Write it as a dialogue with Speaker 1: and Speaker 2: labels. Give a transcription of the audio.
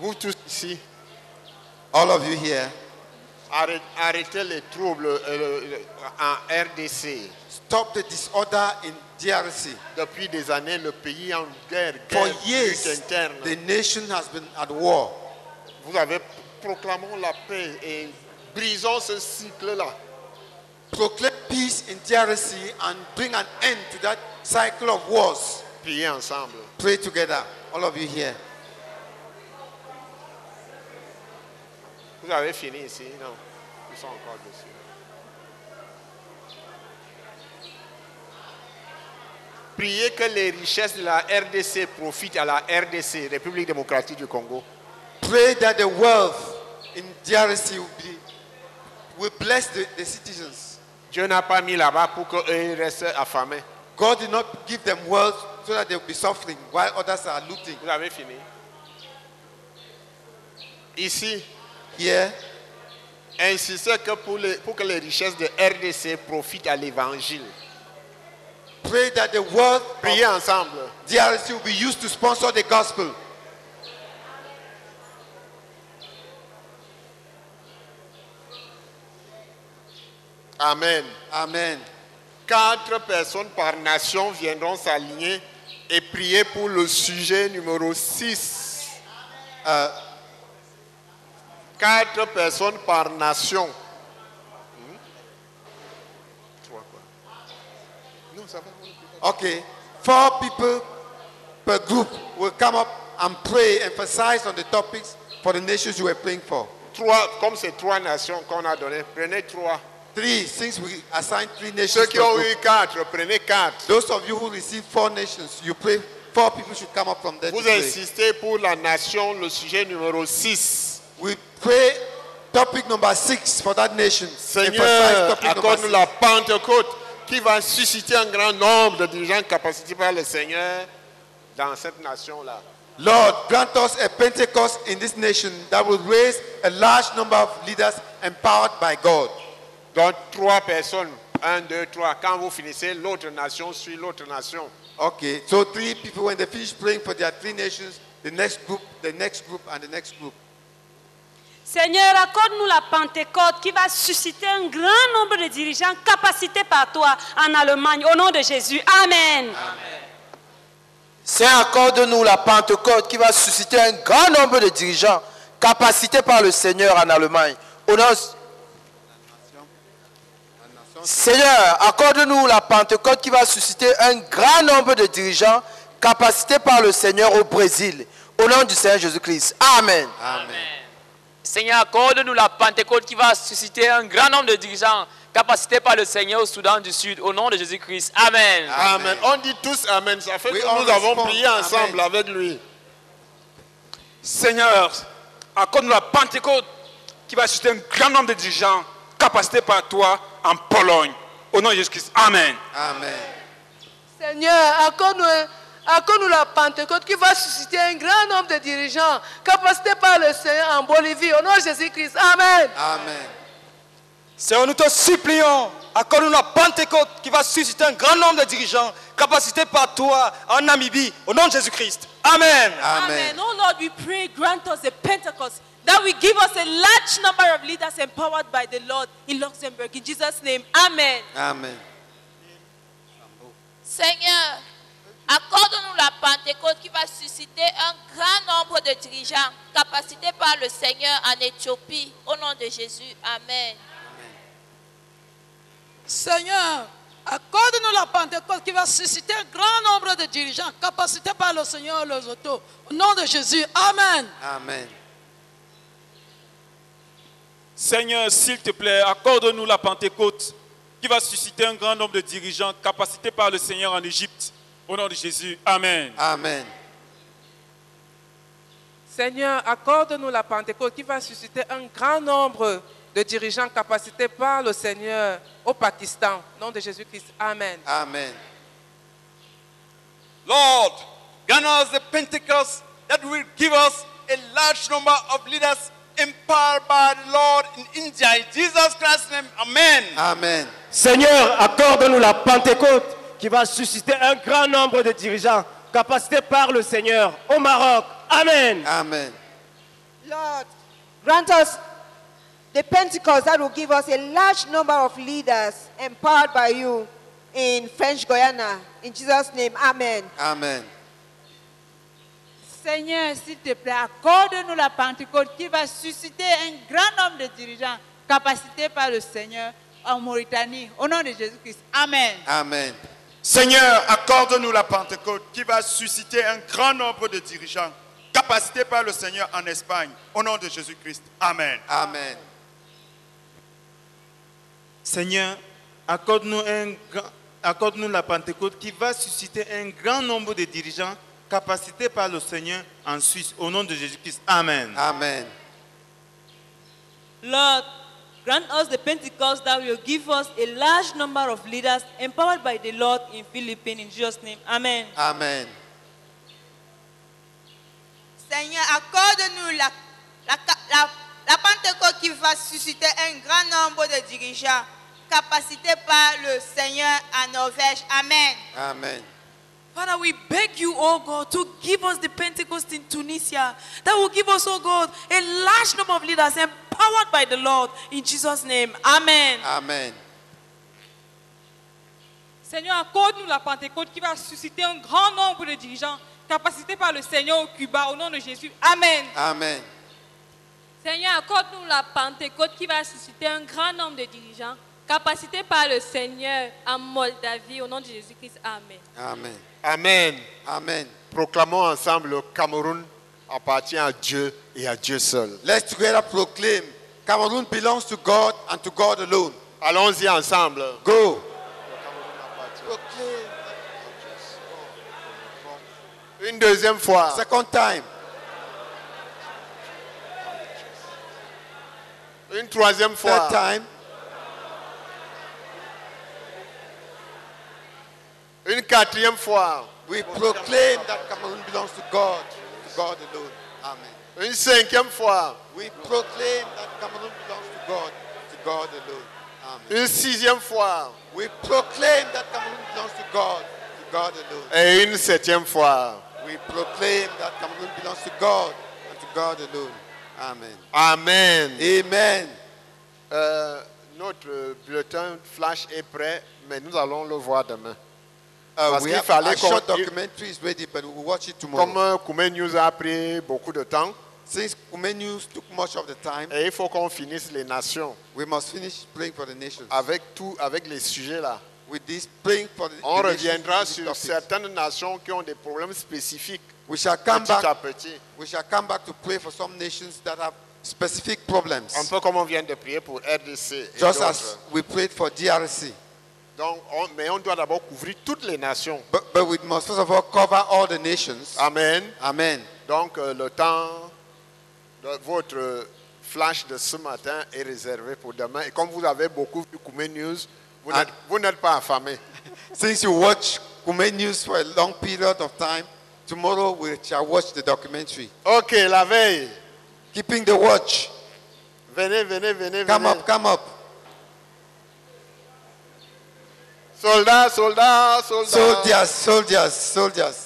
Speaker 1: vous tous ici,
Speaker 2: all of you here,
Speaker 1: arrête- arrêtez les troubles euh, le- le- en RDC.
Speaker 2: stop the disorder in DRC.
Speaker 1: Depuis des années, le pays est en guerre,
Speaker 2: For
Speaker 1: guerre lutte
Speaker 2: years,
Speaker 1: interne.
Speaker 2: the nation has been at war.
Speaker 1: Vous avez proclamons la paix et brisons ce cycle-là.
Speaker 2: Proclaim peace in DRC and bring an end to that cycle of wars.
Speaker 1: Priez ensemble.
Speaker 2: Pray together, all of you here.
Speaker 1: Vous avez fini ici Non. Ils sont encore dessus. Priez que les richesses de la RDC profitent à la RDC, République démocratique du Congo.
Speaker 2: Pray that the wealth in DRC will be will bless the, the citizens.
Speaker 1: Dieu n'a pas mis là-bas pour qu'eux restent affamés.
Speaker 2: God did not give them wealth so that they will be suffering while others are looting.
Speaker 1: Vous avez fini. Ici,
Speaker 2: Here,
Speaker 1: insistez que pour, les- pour que les richesses de RDC profitent à l'évangile.
Speaker 2: pray that the wealth
Speaker 1: Priez
Speaker 2: of
Speaker 1: ensemble.
Speaker 2: DRC will be used to sponsor the gospel.
Speaker 1: Amen.
Speaker 2: Amen.
Speaker 1: Quatre personnes par nation viendront s'aligner et prier pour le sujet numéro 6. quatre personnes par nation. Hmm? Trois quoi. Non, ça va. on peut pas.
Speaker 2: Okay, four people per group will come up and pray, emphasize on the topics for the nations you were praying for.
Speaker 1: Trois, comme c'est trois nations qu'on a données, prenez trois.
Speaker 2: Three, since we assigned three nations,
Speaker 1: Ceux qui
Speaker 2: per
Speaker 1: ont
Speaker 2: group,
Speaker 1: eu quatre, prenez quatre.
Speaker 2: those of you who receive four nations, you pray, four people should come up from there. to
Speaker 1: Vous
Speaker 2: pray.
Speaker 1: insistez pour la nation, le sujet numéro 6.
Speaker 2: We pray topic number six for that nation. Emphasize
Speaker 1: Seigneur,
Speaker 2: topic number
Speaker 1: accorde-nous
Speaker 2: six.
Speaker 1: la Pentecôte qui va susciter un grand nombre de dirigeants capacités par le Seigneur dans cette nation-là.
Speaker 2: Lord, grant us a Pentecost in this nation that will raise a large number of leaders empowered by God.
Speaker 1: Donc, trois personnes, un, deux, trois. Quand vous finissez, l'autre nation suit l'autre nation.
Speaker 2: Okay, so three people, when they finish praying for their three nations, the next group, the next group, and the next group.
Speaker 3: Seigneur, accorde-nous la Pentecôte qui va susciter un grand nombre de dirigeants capacités par toi en Allemagne. Au nom de Jésus. Amen.
Speaker 4: Saint, accorde-nous la Pentecôte qui va susciter un grand nombre de dirigeants capacités par le Seigneur en Allemagne. Au nom- Seigneur, accorde-nous la Pentecôte qui va susciter un grand nombre de dirigeants capacités par le Seigneur au Brésil. Au nom du Seigneur Jésus-Christ. Amen.
Speaker 5: Seigneur, accorde-nous la Pentecôte qui va susciter un grand nombre de dirigeants capacités par le Seigneur au Soudan du Sud, au nom de Jésus-Christ. Amen.
Speaker 1: Amen. On dit tous Amen. Ça fait
Speaker 2: Oui,
Speaker 1: que
Speaker 2: on
Speaker 1: nous avons
Speaker 2: répond.
Speaker 1: prié ensemble avec lui.
Speaker 6: Seigneur, accorde-nous la Pentecôte qui va susciter un grand nombre de dirigeants capacités par toi en Pologne. Au nom de Jésus-Christ. Amen.
Speaker 2: Amen.
Speaker 7: Seigneur, accorde-nous accorde-nous la Pentecôte qui va susciter un grand nombre de dirigeants capacités par le Seigneur en Bolivie. Au nom de Jésus-Christ. Amen.
Speaker 2: Amen.
Speaker 4: Seigneur, nous te supplions, accorde-nous la Pentecôte qui va susciter un grand nombre de dirigeants capacités par toi en Namibie. Au nom de Jésus-Christ. Amen.
Speaker 2: Amen.
Speaker 8: Oh Lord, we pray, grant us a Pentecost that will give us a large number of leaders empowered by the Lord in Luxembourg. In Jesus' name, Amen.
Speaker 2: Amen.
Speaker 9: Seigneur, accorde-nous la Pentecôte qui va susciter un grand nombre de dirigeants capacités par le Seigneur en Éthiopie. Au nom de Jésus, Amen.
Speaker 8: Seigneur, accorde-nous la Pentecôte qui va susciter un grand nombre de dirigeants capacités par le Seigneur les autos. Au nom de Jésus, Amen.
Speaker 2: Amen.
Speaker 10: Seigneur, s'il te plaît, accorde-nous la Pentecôte qui va susciter un grand nombre de dirigeants capacités par le Seigneur en Égypte. Au nom de Jésus, Amen.
Speaker 2: Amen.
Speaker 8: Seigneur, accorde-nous la Pentecôte qui va susciter un grand nombre de dirigeants capacités par le Seigneur au Pakistan. Au nom de Jésus-Christ, Amen.
Speaker 2: Amen.
Speaker 6: Lord, grant us the Pentecost that will give us a large number of leaders empowered by the Lord in India. In Jesus Christ's name, Amen.
Speaker 2: Amen.
Speaker 4: Seigneur, accorde-nous la Pentecôte qui va susciter un grand nombre de dirigeants capacités par le Seigneur au Maroc. Amen.
Speaker 2: Amen.
Speaker 11: Lord, grant us the Pentecost that will give us a large number of leaders empowered by you in French Guyana. In Jesus' name, Amen.
Speaker 2: Amen.
Speaker 12: Seigneur, s'il te plaît, accorde-nous la Pentecôte qui va susciter un grand nombre de dirigeants capacités par le Seigneur en Mauritanie. Au nom de Jésus-Christ. Amen.
Speaker 2: Amen.
Speaker 10: Seigneur, accorde-nous la Pentecôte qui va susciter un grand nombre de dirigeants, capacités par le Seigneur en Espagne. Au nom de Jésus-Christ. Amen.
Speaker 2: Amen.
Speaker 13: Seigneur, accorde-nous un grand- accorde-nous la Pentecôte qui va susciter un grand nombre de dirigeants capacités par le Seigneur en Suisse. Au nom de Jésus-Christ. Amen.
Speaker 2: Amen.
Speaker 14: Lord, grant us the Pentecost that will give us a large number of leaders empowered by the Lord in Philippines. In Jesus' name, Amen.
Speaker 2: Amen.
Speaker 8: Seigneur, accorde-nous la, la, la- la Pentecôte qui va susciter un grand nombre de dirigeants, capacités par le Seigneur à Norvège. Amen.
Speaker 2: Amen.
Speaker 15: Father, we beg you, oh God, to give us the Pentecost in Tunisia. That will give us, oh God, a large number of leaders empowered by the Lord. In Jesus' name, Amen.
Speaker 2: Amen.
Speaker 16: Seigneur, accorde-nous la Pentecôte qui va susciter un grand nombre de dirigeants capacités par le Seigneur au Cuba. Au nom de Jésus. Amen.
Speaker 2: Amen.
Speaker 9: Seigneur, accorde-nous la Pentecôte qui va susciter un grand nombre de dirigeants, capacités par le Seigneur en Moldavie, au nom de Jésus-Christ. Amen.
Speaker 2: Amen.
Speaker 1: Amen.
Speaker 2: Amen.
Speaker 1: Proclamons ensemble le Cameroun appartient à Dieu et à Dieu seul.
Speaker 2: Let's together proclaim Cameroon belongs to God and to God alone.
Speaker 1: Allons-y ensemble.
Speaker 2: Go.
Speaker 1: Une deuxième fois.
Speaker 2: Second time.
Speaker 1: Une troisième fois.
Speaker 2: Third time.
Speaker 1: Une quatrième fois.
Speaker 2: We proclaim that Cameroon belongs to God, to God alone. Amen.
Speaker 1: Une cinquième fois.
Speaker 2: We proclaim that Cameroon belongs to God, to God alone. Amen.
Speaker 1: Une sixième fois.
Speaker 2: We proclaim that Cameroon belongs to God, to God alone.
Speaker 1: Et une septième fois.
Speaker 2: We proclaim that Cameroon belongs to God and to God alone. Amen.
Speaker 1: Amen.
Speaker 2: Amen.
Speaker 1: Euh, notre bulletin flash est prêt, mais nous allons le voir demain.
Speaker 2: Uh,
Speaker 1: Parce
Speaker 2: we
Speaker 1: qu'il
Speaker 2: have
Speaker 1: fallait
Speaker 2: a
Speaker 1: qu'on-
Speaker 2: short
Speaker 1: il-
Speaker 2: documentary is ready, but we will watch it tomorrow.
Speaker 1: Comme euh, Koumé News a pris beaucoup de temps,
Speaker 2: Since Kume News took much of the time,
Speaker 1: et il faut qu'on finisse les nations
Speaker 2: we must finish praying for the nations.
Speaker 1: avec tout, avec les sujets là.
Speaker 2: With this praying for the,
Speaker 1: On
Speaker 2: the nations
Speaker 1: reviendra
Speaker 2: with these
Speaker 1: sur
Speaker 2: topics.
Speaker 1: certaines nations qui ont des problèmes spécifiques.
Speaker 2: We shall come
Speaker 1: petit
Speaker 2: back.
Speaker 1: à petit.
Speaker 2: We shall come back to pray for some nations that have specific problems.
Speaker 1: Un peu comme on vient de prier pour RDC. et
Speaker 2: Just
Speaker 1: d'autres.
Speaker 2: as we prayed for DRC.
Speaker 1: Donc, on- mais on doit d'abord couvrir toutes les nations.
Speaker 2: But, but we must first of all cover all the nations.
Speaker 1: Amen.
Speaker 2: Amen.
Speaker 1: Donc euh, le temps de votre flash de ce matin est réservé pour demain. Et comme vous avez beaucoup vu Koumé News, vous
Speaker 2: Ah.
Speaker 1: n'êtes- vous n'êtes pas affamé.
Speaker 2: Since you watch Kume News for a long period of time, tomorrow we shall watch the documentary.
Speaker 1: Ok, la veille.
Speaker 2: Keeping the watch.
Speaker 1: Venez, venez, venez,
Speaker 2: Come
Speaker 1: venez.
Speaker 2: up, come up.
Speaker 1: Soldats, soldats, soldats.
Speaker 2: Soldiers, soldiers, soldiers.